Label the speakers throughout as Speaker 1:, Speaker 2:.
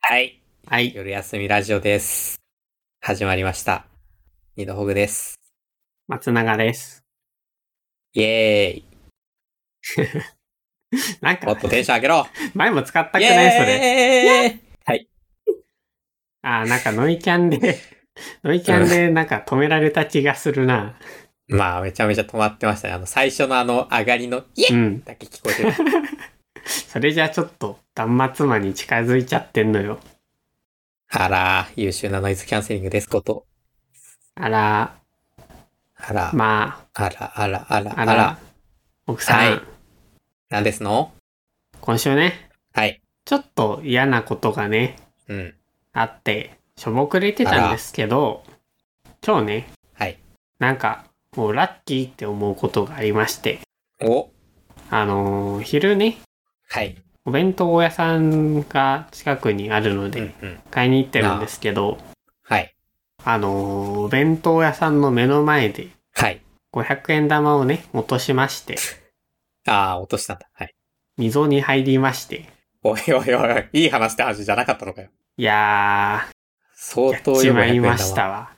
Speaker 1: はい。
Speaker 2: 夜休みラジオです。始まりました。二度ほぐです。
Speaker 1: 松永です。
Speaker 2: イエーイ。
Speaker 1: なん
Speaker 2: も
Speaker 1: か
Speaker 2: っ、とテンション上げろ
Speaker 1: 前も使ったく
Speaker 2: イ
Speaker 1: ないそれ。
Speaker 2: エーイ
Speaker 1: あーなんかノイキャンで、 ノイキャンでなんか止められた気がするな。
Speaker 2: まあ、めちゃめちゃ止まってましたね。あの、最初のあの、上がりの、イエ
Speaker 1: う
Speaker 2: ーイ
Speaker 1: ん。
Speaker 2: だけ聞こえてる。
Speaker 1: それじゃあちょっと、断末魔に近づいちゃってんのよ。
Speaker 2: あら、優秀なノイズキャンセリングですこと。
Speaker 1: あら、
Speaker 2: あら、
Speaker 1: ま
Speaker 2: あら、あら、あら、
Speaker 1: あ、あ
Speaker 2: あ
Speaker 1: ら、
Speaker 2: ら。
Speaker 1: 奥さん、
Speaker 2: はい何ですの
Speaker 1: 今週ね、
Speaker 2: はい。
Speaker 1: ちょっと嫌なことがね、
Speaker 2: うん。
Speaker 1: あって、しょぼくれてたんですけど、今日ね、
Speaker 2: はい。
Speaker 1: なんか、もうラッキーって思うことがありまして、
Speaker 2: お
Speaker 1: あのー昼ね、
Speaker 2: はい。
Speaker 1: お弁当屋さんが近くにあるの
Speaker 2: う
Speaker 1: で
Speaker 2: んうん。
Speaker 1: 買いに行ってるんですけど、
Speaker 2: はい。
Speaker 1: あのーお弁当屋さんの目の前で
Speaker 2: はい。
Speaker 1: 500円玉をね、落としまして、
Speaker 2: あー、落としたんだ。はい。
Speaker 1: 溝に入りまして、
Speaker 2: おいおいおい、いい話って話じゃなかったのかよ。
Speaker 1: いやー、
Speaker 2: 相
Speaker 1: やっ
Speaker 2: 当
Speaker 1: ち
Speaker 2: よく
Speaker 1: まい
Speaker 2: 100
Speaker 1: ま
Speaker 2: 円
Speaker 1: し
Speaker 2: 玉
Speaker 1: たわ。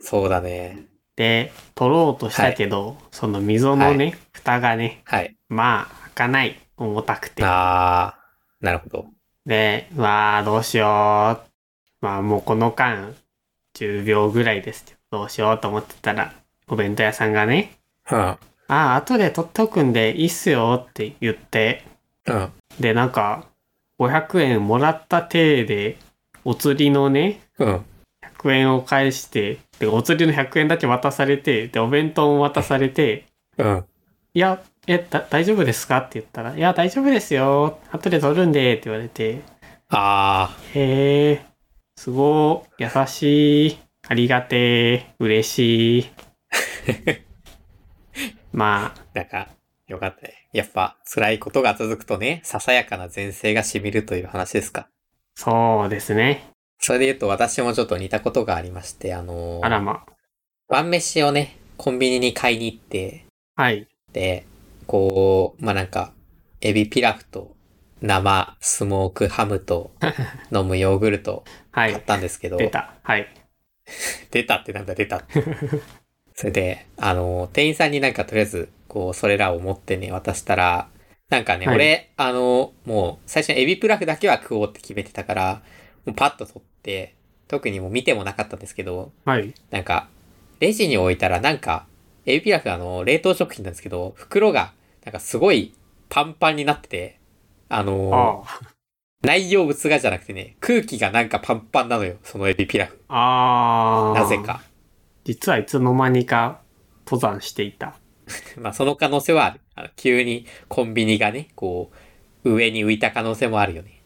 Speaker 2: そうだね。
Speaker 1: で、取ろうとしたけど、その溝のね、蓋がね、
Speaker 2: はい。
Speaker 1: まあ、開かない、重たくて。
Speaker 2: あー、なるほど。
Speaker 1: で、うわあ、どうしよう。まあ、もうこの間、10秒ぐらいですけど、どうしようと思ってたら、お弁当屋さんがね、
Speaker 2: うん。
Speaker 1: ああ、後で取っておくんでいいっすよって言って、
Speaker 2: うん。
Speaker 1: で、なんか、500円もらった体で、お釣りのね、
Speaker 2: うん。
Speaker 1: 100円を返して、で、お釣りの100円だけ渡されて、で、お弁当も渡されて、
Speaker 2: うん。
Speaker 1: いや、え、だ大丈夫ですかって言ったら、いや、大丈夫ですよ。後で取るんで、って言われて、
Speaker 2: あ
Speaker 1: へえ、すごい、優しい、ありがてえ、嬉しい。まあ、
Speaker 2: ー、なんか、よかったね。やっぱ、辛いことが続くとね、ささやかな前世が染みるという話ですか。
Speaker 1: そうですね。
Speaker 2: それで言うと、私もちょっと似たことがありまして、あのー
Speaker 1: あらま。
Speaker 2: 晩飯をね、コンビニに買いに行って、
Speaker 1: はい。
Speaker 2: で、こう、まあ、なんか、エビピラフと、生スモークハム と、飲むヨーグルト
Speaker 1: は
Speaker 2: 買っ
Speaker 1: い。
Speaker 2: たんですけど、
Speaker 1: 出た。はい。
Speaker 2: 出たってなんだ出たって。 それで、あの、店員さんになんかとりあえず、こう、それらを持ってね、渡したら、なんかね、
Speaker 1: はい
Speaker 2: 俺、あの、もう、最初にエビプラフだけは食おうって決めてたから、もうパッと取って、特にもう見てもなかったんですけど、
Speaker 1: はい。
Speaker 2: なんか、レジに置いたらなんか、エビピラフあの、冷凍食品なんですけど、袋が、なんかすごいパンパンになってて、あの、
Speaker 1: あ
Speaker 2: 内容物がじゃなくてね、空気がなんかパンパンなのよ、そのエビピラフ。
Speaker 1: あ。ああ。
Speaker 2: なぜ。か。
Speaker 1: 実はいつの間にか登山していた。
Speaker 2: まあ、その可能性はある。あの急にコンビニがね、こう、上に浮いた可能性もあるよね。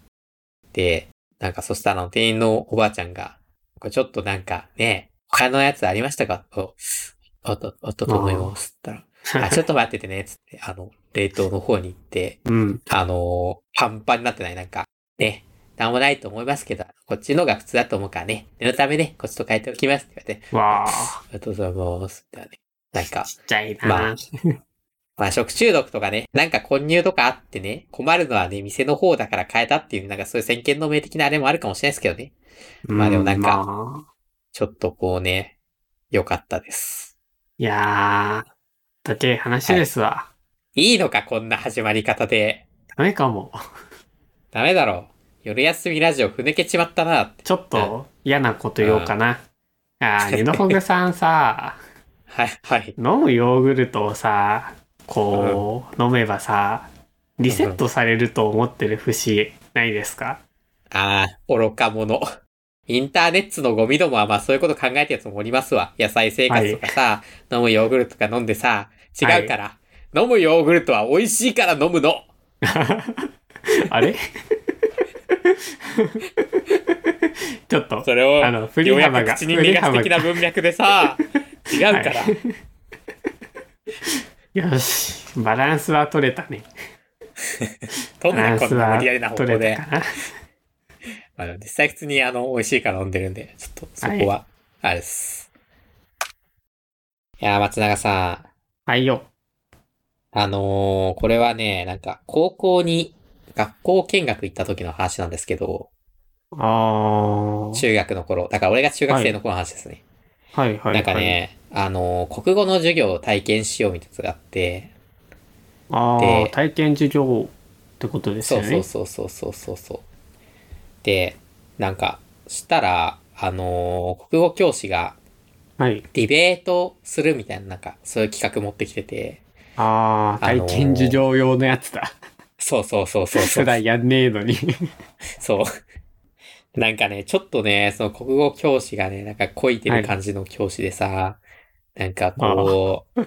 Speaker 2: で、なんかそしたらあの店員のおばあちゃんが、これちょっとなんかね、他のやつありましたかと、あった、あったと思います。つったら、あ、ちょっと待っててね、つって、あの、冷凍の方に行って、
Speaker 1: うん。
Speaker 2: あのーパンパンになってない、なんか、ね、なんもないと思いますけど、こっちの方が普通だと思うからね、念のためね、こっちと変えておきますって言われて、
Speaker 1: わ あ。
Speaker 2: ありがとうございます。みたいなね。なんか、
Speaker 1: ちっちゃいな。
Speaker 2: まあまあ食中毒とかね、なんか混入とかあってね、困るのはね、店の方だから変えたっていう、なんかそういう先見の明的なあれもあるかもしれないですけどね。まあでもなんか
Speaker 1: うまあ
Speaker 2: ちょっとこうね、良かったです。
Speaker 1: いやー、だけ話ですわ。
Speaker 2: いいのか、こんな始まり方で。
Speaker 1: ダメかも。
Speaker 2: ダメだろ。夜休みラジオふぬけちまったなって。
Speaker 1: ちょっと嫌なこと言おうかな。あー、ニノホグさ んさ、
Speaker 2: はい、はい。
Speaker 1: 飲むヨーグルトをさ、こう、飲めばさ、リセットされると思ってる節ないですか
Speaker 2: ああ、愚か者。インターネットのゴミどもはまあそういうこと考えてるやつもおりますわ。野菜生活とかさ、飲むヨーグルトとか飲んでさ、違うから、飲むヨーグルトは美味しいから飲むの。
Speaker 1: あれちょっと、
Speaker 2: それを、
Speaker 1: あの、振
Speaker 2: よ
Speaker 1: り
Speaker 2: うや
Speaker 1: 幅
Speaker 2: く
Speaker 1: が、
Speaker 2: 口に逃がす
Speaker 1: 振
Speaker 2: 的
Speaker 1: り
Speaker 2: な
Speaker 1: 幅
Speaker 2: 文脈で さ、違うから。
Speaker 1: はがよし、バランスは取れたね。
Speaker 2: とん
Speaker 1: バラ
Speaker 2: な
Speaker 1: ン
Speaker 2: こ
Speaker 1: ス
Speaker 2: んな無
Speaker 1: は
Speaker 2: 理やりな方向
Speaker 1: 取れ
Speaker 2: で。
Speaker 1: たかな。
Speaker 2: まあ、実際普通にあの、美味しいから飲んでるんで、ちょっとそこは、あれです。い、やー、松永さん。
Speaker 1: はいよ。
Speaker 2: あのーこれはね、なんか、高校に、学校見学行った時の話なんですけど、
Speaker 1: あー。
Speaker 2: 中学の頃。だから俺が中学生の頃の話ですね。
Speaker 1: はいはいはい。
Speaker 2: なんか。ね、あの、国語の授業を体験しようみたいなやつがあって、
Speaker 1: あ
Speaker 2: で
Speaker 1: ー、体験授業ってことです
Speaker 2: そ
Speaker 1: よ
Speaker 2: う
Speaker 1: ね。
Speaker 2: そうそうそうそうそうそう。で、なんか、したら、あの、国語教師が
Speaker 1: はい。
Speaker 2: ディベートするみたいな、なんか、そういう企画持ってきてて、
Speaker 1: あー、
Speaker 2: あのー
Speaker 1: 体験授業用のやつだ。
Speaker 2: そうそうそうそうそ
Speaker 1: 普
Speaker 2: う。
Speaker 1: 段やんねえのに。
Speaker 2: そう。なんかね、ちょっとね、その国語教師がね、なんかこいてる感じの教師でさ、なんかこう、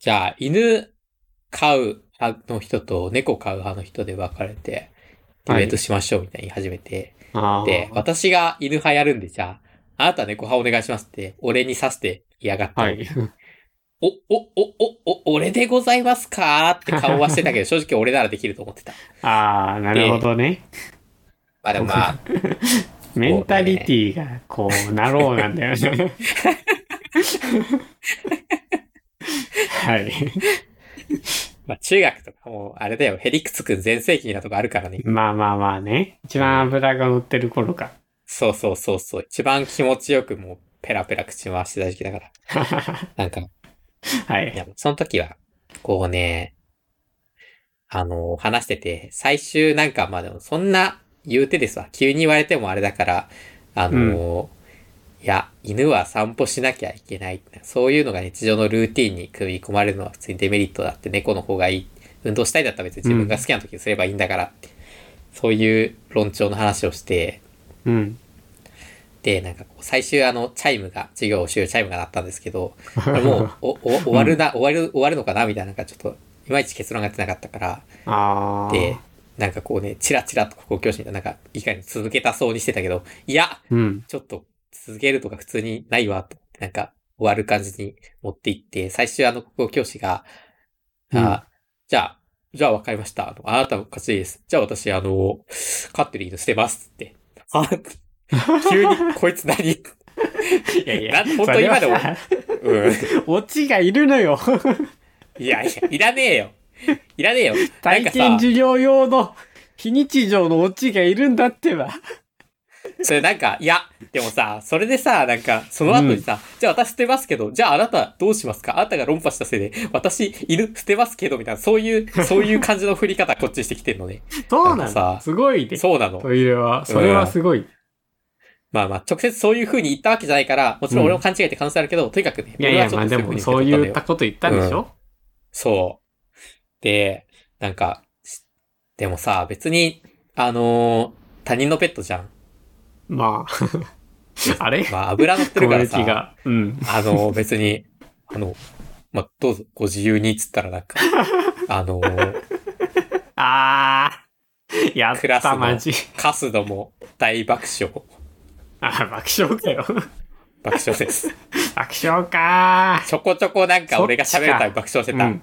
Speaker 2: じゃあ犬飼う派の人と猫飼う派の人で分かれて、ディベートしましょうみたいに始めて、
Speaker 1: あ
Speaker 2: で、
Speaker 1: ー。
Speaker 2: 私が犬派やるんで、じゃあ、あなた猫派お願いしますって、俺に刺して嫌がったの。
Speaker 1: はい。
Speaker 2: お、お、お、お、お、俺でございますかって顔はしてた けど、正直俺ならできると思ってた。
Speaker 1: あー、なるほどね。
Speaker 2: まあでもまあ、
Speaker 1: メンタリティがこうなろうなんだよね。はい。
Speaker 2: まあ、中学とかもう、あれだよ、ヘリクツくん全盛期なとこあるからね。
Speaker 1: まあまあまあね。一番脂が乗ってる頃か。
Speaker 2: そうそうそうそう。一番気持ちよくもう、ペラペラ口回してた時期だから。
Speaker 1: は
Speaker 2: なんか、い
Speaker 1: い。
Speaker 2: や、その時は、こうね、あの、話してて、最終なんか、まあでも、そんな言うてですわ。急に言われてもあれだから、あの、いや、犬は散歩しなきゃいけない。そういうのが日常のルーティンに組み込まれるのは普通にデメリットだって、猫の方がいい。運動したいだったら別に自分が好きな時にすればいいんだからって、そういう論調の話をして、
Speaker 1: うん。
Speaker 2: で、なんかこう最終あの、チャイムが、授業終了チャイムが鳴ったんですけど、これもうおお終わるな、終わる、終わるのかなみたいな、なんかちょっと、いまいち結論が出てなかったから、
Speaker 1: ああ。
Speaker 2: で、なんかこうね、チラチラと国語教師みたいな、なんか、いかに続けたそうにしてたけど、いや、
Speaker 1: うん。
Speaker 2: ちょっと続けるとか普通にないわ、と思って、なんか終わる感じに持っていって、最終あの国語教師が、
Speaker 1: うん
Speaker 2: あじゃあ、じゃあ分かりました。あのあなたの勝ちです。じゃあ私、あの、飼ってる犬捨てますって。あ 急に、こいつ何
Speaker 1: いやいや、
Speaker 2: な本当今でも
Speaker 1: それはさ
Speaker 2: うん。
Speaker 1: オチがいるのよ。
Speaker 2: いやいや、いらねえよ。いらねえよ。なん
Speaker 1: 体
Speaker 2: か
Speaker 1: 験
Speaker 2: さ、
Speaker 1: 授業用の非日常のオチがいるんだってば。
Speaker 2: それなんか、いや、でもさ、それでさ、なんか、その後にさ、じゃあ私捨てますけど、じゃああなたどうしますかあなたが論破したせいで、私犬捨てますけど、みたいな、そういう、そういう感じの振り方こっちにしてきてんのね。
Speaker 1: そう
Speaker 2: なん
Speaker 1: な
Speaker 2: か
Speaker 1: の
Speaker 2: さ
Speaker 1: すごいね。
Speaker 2: そうなの。
Speaker 1: トイレは、それはすごい。
Speaker 2: まあまあ、直接そういう風に言ったわけじゃないから、もちろん俺も勘違いって可能性あるけど、とにかくね、
Speaker 1: いやい
Speaker 2: 俺は
Speaker 1: や、
Speaker 2: ちょ
Speaker 1: ま
Speaker 2: っ
Speaker 1: あ
Speaker 2: と
Speaker 1: で
Speaker 2: 風
Speaker 1: も
Speaker 2: に
Speaker 1: そう
Speaker 2: 受け取ったんだよ
Speaker 1: いったこと言ったんでしょ
Speaker 2: そう。で、なんか、しでもさ、別に、あのー他人のペットじゃん。
Speaker 1: まあ。 あれ
Speaker 2: まあ、油乗ってるからさ。
Speaker 1: 攻撃が。うん。
Speaker 2: あの、別に、あの、まあ、どうぞ、ご自由に、つったら なんか、あの、
Speaker 1: あー。や
Speaker 2: クラ
Speaker 1: っ
Speaker 2: スの
Speaker 1: た、マジ。
Speaker 2: カスども大爆笑、
Speaker 1: あー、爆笑かよ。
Speaker 2: 爆笑です。
Speaker 1: 爆笑か
Speaker 2: ちょこちょこなんか俺が喋るたび爆笑して
Speaker 1: ー。
Speaker 2: た。
Speaker 1: うん。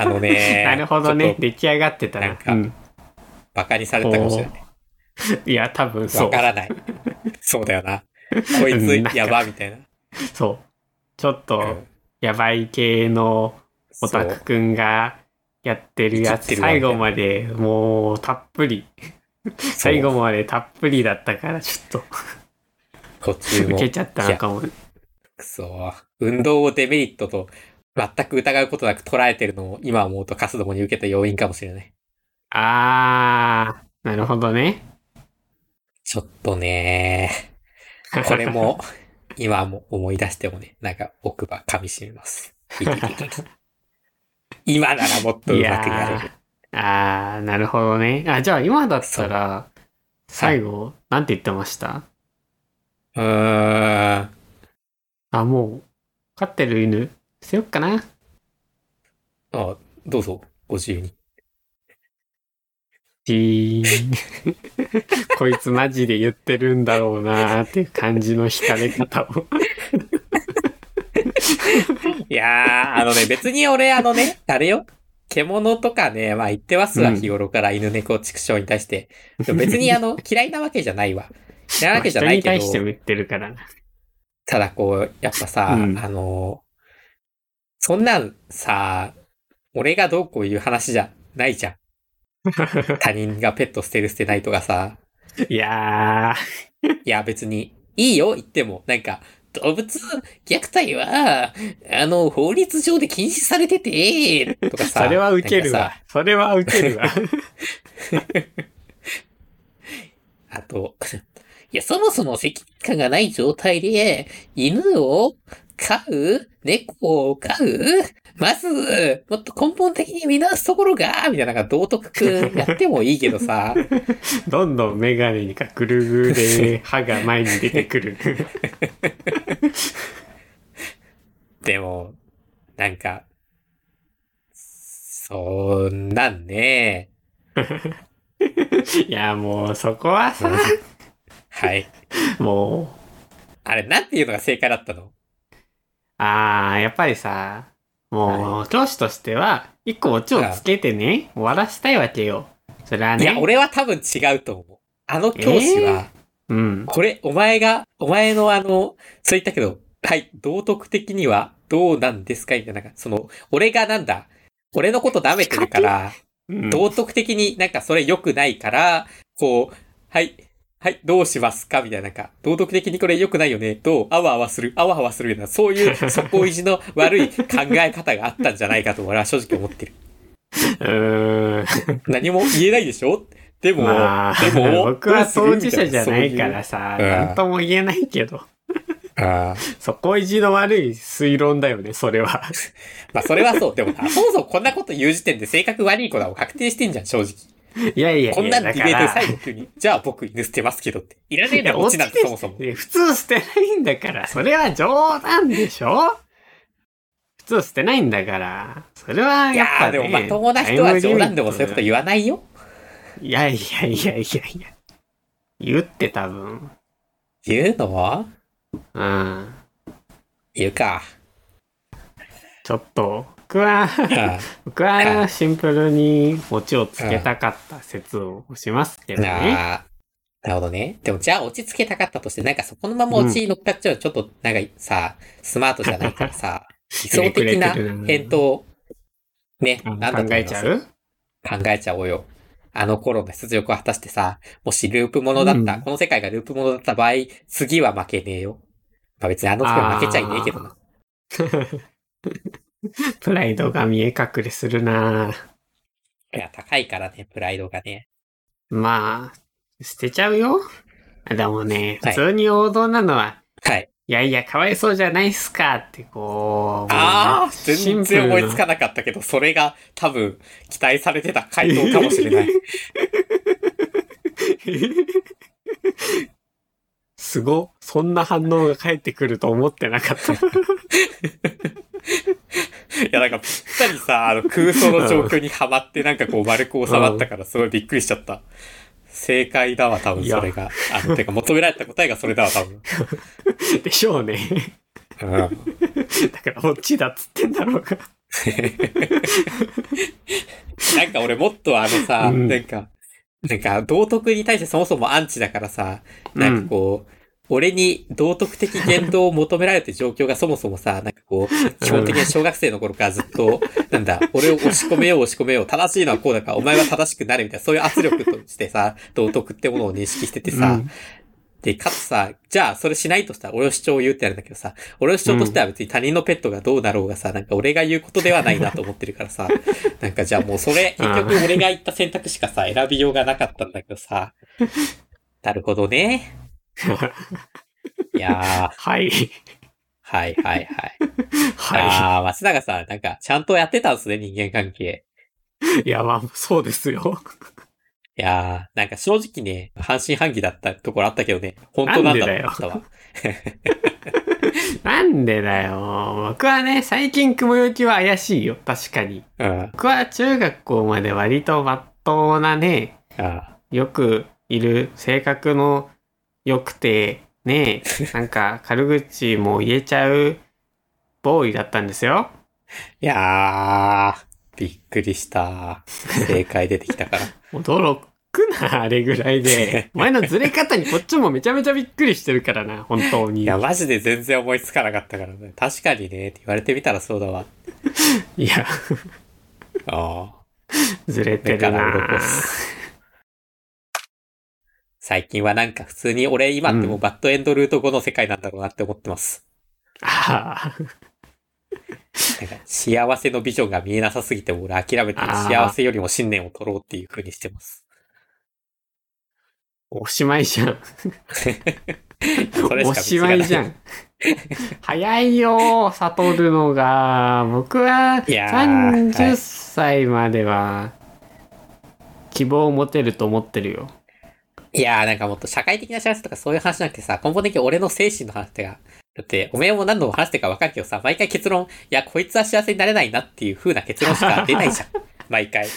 Speaker 2: あのね
Speaker 1: なるほど
Speaker 2: ちょ
Speaker 1: ね
Speaker 2: っ。と
Speaker 1: 出来上がってた
Speaker 2: な。
Speaker 1: なん
Speaker 2: か
Speaker 1: うん
Speaker 2: バカにされたかもしれない。
Speaker 1: いや、多分
Speaker 2: わ
Speaker 1: そう
Speaker 2: か。らない。そうだよな。こい
Speaker 1: うんなん
Speaker 2: つ、
Speaker 1: か
Speaker 2: やば、みたいな。
Speaker 1: そう。ちょっ
Speaker 2: う
Speaker 1: と
Speaker 2: ん、
Speaker 1: やばい系のオタ
Speaker 2: そ
Speaker 1: ク
Speaker 2: う
Speaker 1: くんがやってるや
Speaker 2: 生きて
Speaker 1: つ、
Speaker 2: るわみた
Speaker 1: 最
Speaker 2: いな
Speaker 1: 後までもうたっぷり、 最後までたっぷりだったから、ちょっ
Speaker 2: そう途
Speaker 1: と
Speaker 2: 中
Speaker 1: 受
Speaker 2: も
Speaker 1: け、ちゃったのかも。
Speaker 2: くそ。運動をデメリットと、全く疑うことなく捉えてるのを今思うとカスどもに受けた要因かもしれない。
Speaker 1: あー、なるほどね。
Speaker 2: ちょっとねこれ。 も、今も思い出してもね、なんか奥歯噛み締めます。いけいけいけいけ今ならもっと
Speaker 1: いう
Speaker 2: まくやれ
Speaker 1: や
Speaker 2: る。
Speaker 1: ー、あー、なるほどね。あ、じゃあ今だったら、最後、なんて言ってました
Speaker 2: うーん。
Speaker 1: あ、もう、飼ってる犬、捨てよっかな。
Speaker 2: あどうぞ、ご自由に。
Speaker 1: ジーン こいつマジで言ってるんだろうなーっていう感じの惹かれ方を。
Speaker 2: いやー、あのね、別に俺、あの ね、あれよ。獣とかね、まあ言ってますわ、
Speaker 1: うん
Speaker 2: 日頃から犬猫畜生に対して。でも別にあの、嫌いなわけじゃないわ。嫌いなわけじゃないけ
Speaker 1: まあ
Speaker 2: ど。
Speaker 1: 人に対しても言ってるからな。
Speaker 2: ただこう、やっぱさ、
Speaker 1: うん
Speaker 2: あの、そんなんさ、俺がど うこういう話じゃないじゃん。他人がペット捨てる捨てないとかさ、
Speaker 1: いや
Speaker 2: いや、別に、いいよ、言っても。なんか、動物虐待は、あの、法律上で禁止されてて、とか
Speaker 1: ー、
Speaker 2: さ。
Speaker 1: それは受ける
Speaker 2: なん
Speaker 1: わ
Speaker 2: か。
Speaker 1: それは受けるわ。
Speaker 2: さ。あと、 いや、そもそも責任感がない状態で、犬を飼う、猫を飼う、まず、もっと根本的に見直すところが、みたいな、なんか道徳くんやってもいいけど さ。
Speaker 1: どんどんメガネにかぐるぐるで歯が前に出てくる。
Speaker 2: でも、なんか、そんなんね。
Speaker 1: いや、もうそこはさ、
Speaker 2: はい。
Speaker 1: もう、
Speaker 2: あれ、なんていうのが正解だったの
Speaker 1: ああ、やっぱりさ、もう教師としては、一個オチをつけてね、終わらしたいわけよ。それはい
Speaker 2: や、
Speaker 1: ね、
Speaker 2: 俺は多分違うと思う。あの教師
Speaker 1: え
Speaker 2: は、
Speaker 1: うん。
Speaker 2: これ、お前が、お前のあの、そう言ったけど、はい、道徳的にはどうなんですかみたいな、なんかその、俺がなんだ、俺のこと舐めてるから、
Speaker 1: うん
Speaker 2: 道徳的になんかそれ良くないから、こう、はい、はい、どうしますかみたいな、なんか、道徳的にこれ良くないよね、と、あわあわする、あわあわするような、そういう、そこ意地の悪い考え方があったんじゃないかと、俺は正直思ってる。
Speaker 1: うーん。
Speaker 2: 何も言えないでしょでも、
Speaker 1: まあ
Speaker 2: で、も、
Speaker 1: 僕は
Speaker 2: どうする
Speaker 1: 当事者じゃないから。さ、
Speaker 2: そういううん
Speaker 1: なんとも言えないけど、
Speaker 2: みたいなそういうあー
Speaker 1: そこ意地の悪い推論だよね、そ れは。
Speaker 2: まあ、それはそう。でも、そもそもこんなこと言う時点で性格悪い子だもん確定してんじゃん、正直。
Speaker 1: いやいやいや、
Speaker 2: こんなのデ
Speaker 1: だ
Speaker 2: ィベー
Speaker 1: か
Speaker 2: トで
Speaker 1: ら
Speaker 2: 最後急に、じゃあ僕犬捨てますけどって。いらねえ
Speaker 1: い
Speaker 2: だ
Speaker 1: や
Speaker 2: ろ、オチなん
Speaker 1: オチ
Speaker 2: て
Speaker 1: で
Speaker 2: そ
Speaker 1: す
Speaker 2: もそも。
Speaker 1: いや普通捨てないんだから、それは冗談でしょ普通捨てないんだから、それはい
Speaker 2: や
Speaker 1: やっぱ、
Speaker 2: ー、
Speaker 1: ね、
Speaker 2: でもまともな人は冗談でもそういうこと
Speaker 1: 言
Speaker 2: 言わないよ。
Speaker 1: いやいやいやいやいや。言って多分。
Speaker 2: 言うのは
Speaker 1: うん。
Speaker 2: 言うか。
Speaker 1: ちょっと、僕は、
Speaker 2: あ
Speaker 1: 僕はシンプルにオチをつけたかった説をしますけ
Speaker 2: あ
Speaker 1: どね。
Speaker 2: なるほどね。でも、じゃあ落ち着けたかったとして、なんかそこのまま落ちに乗っかっちゃう、ちょっと、なんかさ、スマートじゃないからさ、理想 的な返答、ね、
Speaker 1: う
Speaker 2: なん
Speaker 1: ん
Speaker 2: だと思
Speaker 1: 考
Speaker 2: い
Speaker 1: え
Speaker 2: ま
Speaker 1: ち
Speaker 2: す
Speaker 1: ゃう
Speaker 2: 考えちゃおうよ。あの頃の出力を果たしてさ、もしループものだった、
Speaker 1: うん
Speaker 2: この世界がループものだった場合、次は負けねえよ。まあ別にあの世界は負けちゃいねえけどな。
Speaker 1: プライドが見え隠れするない
Speaker 2: や、高いからね、プライドがね。
Speaker 1: まあ、捨てちゃうよ。でもね、
Speaker 2: は
Speaker 1: 普
Speaker 2: い
Speaker 1: 通に王道なのは、
Speaker 2: はい。
Speaker 1: いやいや、かわいそうじゃないっすかって、こう。
Speaker 2: ああ、
Speaker 1: シン
Speaker 2: 全然
Speaker 1: プルな
Speaker 2: 思いつかなかったけど、それが多分期待されてた回答かもしれ ない。
Speaker 1: すご。そんな反応が返ってくると思ってなかった。
Speaker 2: いや、なんかぴったりさ、あの空想の状況にはまって、なんかこう丸く収まったから、すごいびっくりしちゃった。正解だわ、多分それが。あの、てか求められた答えがそれだわ、 多分。
Speaker 1: でしょうね。
Speaker 2: うん。
Speaker 1: だから、こっちだっつってんだろうが。
Speaker 2: なんか俺もっとあのさ、
Speaker 1: うん
Speaker 2: なんか、なんか道徳に対してそもそもアンチだからさ、なんかこう、俺に道徳的言動を求められてる状況がそもそもさ、なんかこう、基本的に小学生の頃からずっと、なんだ、俺を押し込めよう押し込めよう、正しいのはこうだから、お前は正しくなれみたいな、そういう圧力としてさ、道徳ってものを認識しててさ、
Speaker 1: うん
Speaker 2: で、かつさ、じゃあそれしないとしたら俺の主張を言うってやるんだけどさ、俺の主張としては別に他人のペットがどうだろうがさ、なんか俺が言うことではないなと思ってるから さ、なんかじゃあもうそれ、
Speaker 1: うん
Speaker 2: 結局俺が言った選択しかさ、選びようがなかったんだけどさ、 なるほど ね。いやー、
Speaker 1: はい。
Speaker 2: はいはいはい。
Speaker 1: は
Speaker 2: あー、松永さん、なんかちゃんとやってたんですね、人間関係。
Speaker 1: い。いや、まあ、そうですよ。
Speaker 2: いやー、なんか正直ね、半信半疑だったところあったけどね、本当なんだと思ったわ。
Speaker 1: なんでだよ。僕はね、最近雲行きは怪しいよ。確かに。
Speaker 2: うん。
Speaker 1: 僕は中学校まで割とまっとうなね、
Speaker 2: あ
Speaker 1: よくいる性格の良くてねなんか軽口も言えちゃうボーイだったんですよ。
Speaker 2: ーいやー、びっくり した。正解出てきたから。
Speaker 1: 驚くなあれぐらい でお前のずれ方にこっちもめちゃめちゃびっくりしてるからな本当に。
Speaker 2: いや、マジで全然思いつかなかったからね。確かにね、って言われてみたらそうだわ。
Speaker 1: いや
Speaker 2: ああ。
Speaker 1: ずれて
Speaker 2: 目か
Speaker 1: る
Speaker 2: ら
Speaker 1: な
Speaker 2: 鱗っす 最近はなんか普通に俺今ってもうバッドエンドルート5の世界なんだろうなって思ってます。
Speaker 1: あ
Speaker 2: なんか幸せのビジョンが見えなさすぎて俺諦めて
Speaker 1: あー
Speaker 2: 幸せよりも信念を取ろうっていう風にしてます。
Speaker 1: おしまいじゃん。
Speaker 2: それしか 道がな
Speaker 1: お
Speaker 2: い
Speaker 1: しまいじゃん。早いよ、悟るのが。僕はい
Speaker 2: やーはい
Speaker 1: 30歳までは希望を持てると思ってるよ。
Speaker 2: いやーなんかもっと社会的な幸せとかそういう話じゃなくてさ、根本的に俺の精神の話が、だっておめえも何度も話してるか分かるけどさ、毎回結論、いやこいつは幸せになれないなっていう風な結論しか出ないじゃん。毎回。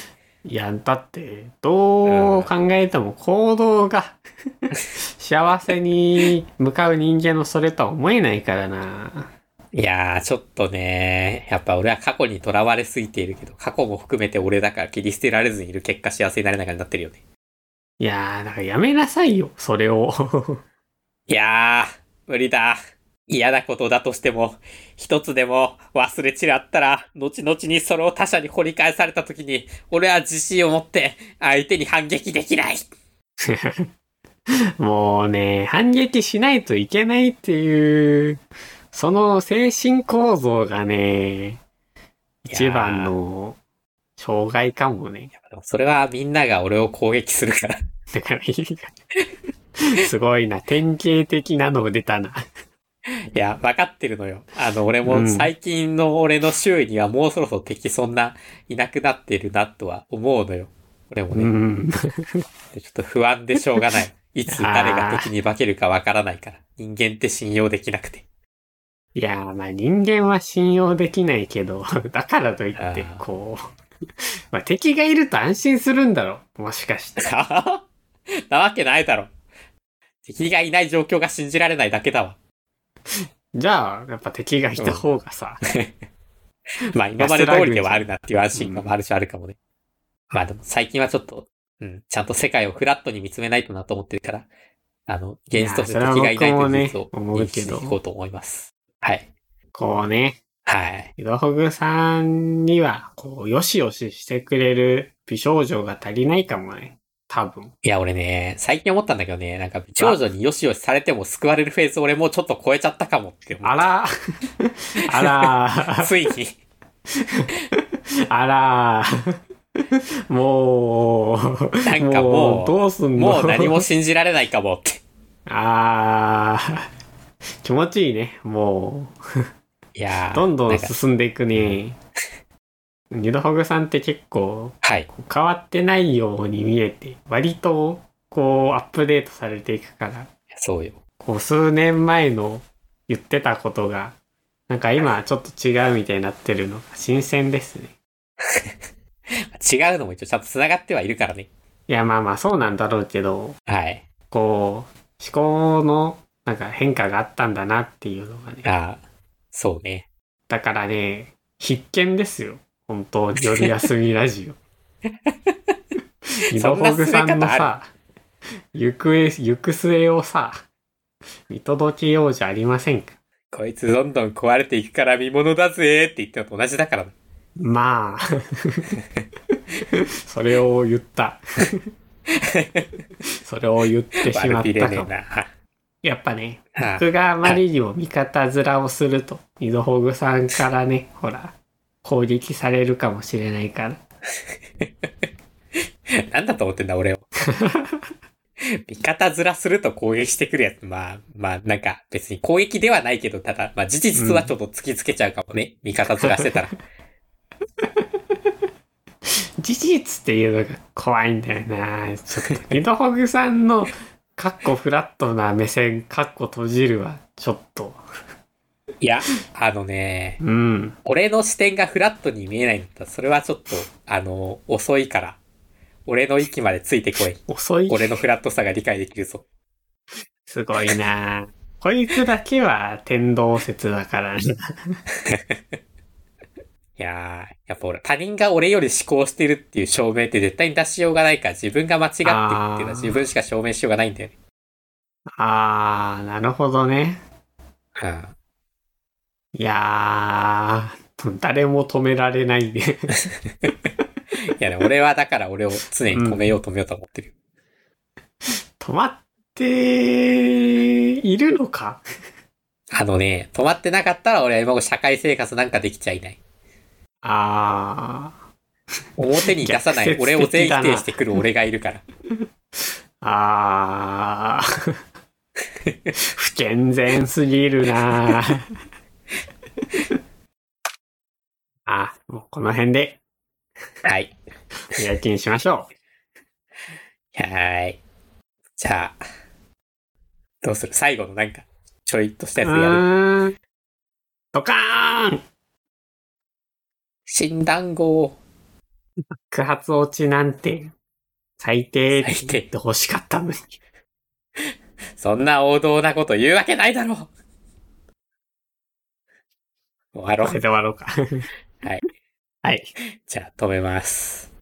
Speaker 1: いや、だって、どう考えても行動が幸せに向かう人間のそれとは思えないからな。
Speaker 2: いやー、ちょっとね、やっぱ俺は過去に囚われすぎているけど、過去も含めて俺だから切り捨てられずにいる結果幸せになれなくなってるよね。
Speaker 1: いやー、だからやめなさいよ、それを。
Speaker 2: いやー、無理だ。嫌なことだとしても、一つでも忘れちらったら、後々にそれを他者に掘り返された時に、俺は自信を持って相手に反撃できない。
Speaker 1: もうね、反撃しないといけないっていう、その精神構造がね、一番
Speaker 2: いやー。
Speaker 1: の障害かもね。
Speaker 2: でもそれはみんなが俺を攻撃するから。
Speaker 1: だからいいかすごいな、典型的なの出たな。
Speaker 2: いや、分かってるのよ。あの、俺
Speaker 1: う
Speaker 2: も
Speaker 1: ん
Speaker 2: 最近の俺の周囲にはもうそろそろ敵そんないなくなってるなとは思うのよ。俺も
Speaker 1: う
Speaker 2: ね、
Speaker 1: ん。
Speaker 2: ちょっと不安でしょうがない。いつ誰が敵に化けるか分からないから。人間って信用できなくて。
Speaker 1: いやー、まあ人間は信用できないけど、 だからといっ
Speaker 2: あ
Speaker 1: て
Speaker 2: ー、
Speaker 1: こう、 まあ敵がいると安心するんだろう。もしかして。
Speaker 2: なわけないだろ。敵がいない状況が信じられないだけだわ。
Speaker 1: じゃあ、やっぱ敵がいた方がさ、
Speaker 2: まあ今まで通りではあるなっていう安心感もあるしあるかもね。まあでも最近はちょっと、うん、ちゃんと世界をフラットに見つめないとなと思ってるから、あの、現実として敵がいないという事実を
Speaker 1: いやそれは僕もね思
Speaker 2: 認
Speaker 1: う
Speaker 2: 識
Speaker 1: け
Speaker 2: し
Speaker 1: ど
Speaker 2: ていこうと思います。はい。
Speaker 1: こうね、
Speaker 2: はい。
Speaker 1: 井戸ほぐさんには、こう、よしよししてくれる美少女が足りないかもね。多分。
Speaker 2: いや、俺ね、最近思ったんだけどね、なんか、長女によしよしされても救われるフェーズ俺もうちょっと超えちゃったかもって思
Speaker 1: あ
Speaker 2: っ
Speaker 1: ら、あ
Speaker 2: た。
Speaker 1: ら、
Speaker 2: ついに。
Speaker 1: あら、もう、
Speaker 2: なんかもう
Speaker 1: どうすんの
Speaker 2: もう何も信じられないかもって。
Speaker 1: ああ、気持ちいいね。も
Speaker 2: いや
Speaker 1: う、
Speaker 2: ー
Speaker 1: どんど
Speaker 2: なんか
Speaker 1: 進んでいくね。ニドホグさんって結構
Speaker 2: はい。
Speaker 1: 変わってないように見えて、割とこうアップデートされていくから、
Speaker 2: そうよ。
Speaker 1: こう数年前の言ってたことが、なんか今ちょっと違うみたいになってるのが新鮮ですね。
Speaker 2: 違うのも一応ちゃんと繋がってはいるからね。
Speaker 1: いやまあまあそうなんだろうけど、
Speaker 2: はい。
Speaker 1: こう思考のなんか変化があったんだなっていうのがね。
Speaker 2: あーそうね。
Speaker 1: だからね、必見ですよ。本当に夜休みラ ジオ。井戸ホグさんのさ、行方、行く末をさ、見届けようじゃありませんか。
Speaker 2: こいつどんどん壊れていくから見物だぜーって言ったのと同じだからな。
Speaker 1: まあ、それを言 った。それを言ってしま
Speaker 2: 悪
Speaker 1: っ
Speaker 2: びれ
Speaker 1: た
Speaker 2: ね
Speaker 1: か
Speaker 2: え
Speaker 1: も。
Speaker 2: な。
Speaker 1: やっぱね、
Speaker 2: あー
Speaker 1: 僕があまりにも味方面をすると、井戸ホグさんからね、ほら、攻撃されるかもしれないから。
Speaker 2: なんだと思ってんだ俺を。味方面すると攻撃してくるやつ、まあ、まあなんか別に攻撃ではないけど、ただ、まあ事実はちょっと突きつけちゃうかもね。味方面してた ら。
Speaker 1: 事実っていうのが怖いんだよなちょっと井戸ホグさんのかっこフラットな目線かっこ閉じるはちょっと
Speaker 2: いや、あのね、
Speaker 1: うん
Speaker 2: 俺の視点がフラットに見えないんだったら、それはちょっと、あの、遅いから。俺の域までついてこい。
Speaker 1: 遅い
Speaker 2: 俺のフラットさが理解できるぞ。
Speaker 1: すごいなこいつだけは天動説だからね
Speaker 2: いやー、やっぱ俺、他人が俺より思考してるっていう証明って絶対に出しようがないから、自分が間違ってるっていうのは
Speaker 1: あー
Speaker 2: 自分しか証明しようがないんだよね。
Speaker 1: あーなるほどね
Speaker 2: うん。
Speaker 1: いやー誰も止められないね
Speaker 2: いやね、俺はだから俺を常に止めよう止めようと思ってるよ。
Speaker 1: 止まっているのか
Speaker 2: あのね、止まってなかったら俺は今後社会生活なんかできちゃいない。
Speaker 1: あー
Speaker 2: 表に出さな
Speaker 1: 逆
Speaker 2: い
Speaker 1: 説的だ
Speaker 2: 俺
Speaker 1: な
Speaker 2: を全否定してくる俺がいる から。
Speaker 1: あー不健全すぎるなーあ、もうこの辺で
Speaker 2: はい。
Speaker 1: 夜勤しましょう。
Speaker 2: はーい。じゃあ、どうする最後のなんか、ちょいっとしたやつやる。
Speaker 1: うーんドカーン
Speaker 2: 診断号を
Speaker 1: 爆発落ちなんて、最低って
Speaker 2: 最低
Speaker 1: 言って欲しかったのに。
Speaker 2: そんな王道なこと言うわけないだろう終わろ
Speaker 1: これ
Speaker 2: う。
Speaker 1: で終わろうか。
Speaker 2: はい。
Speaker 1: はい。
Speaker 2: じゃあ、止めます。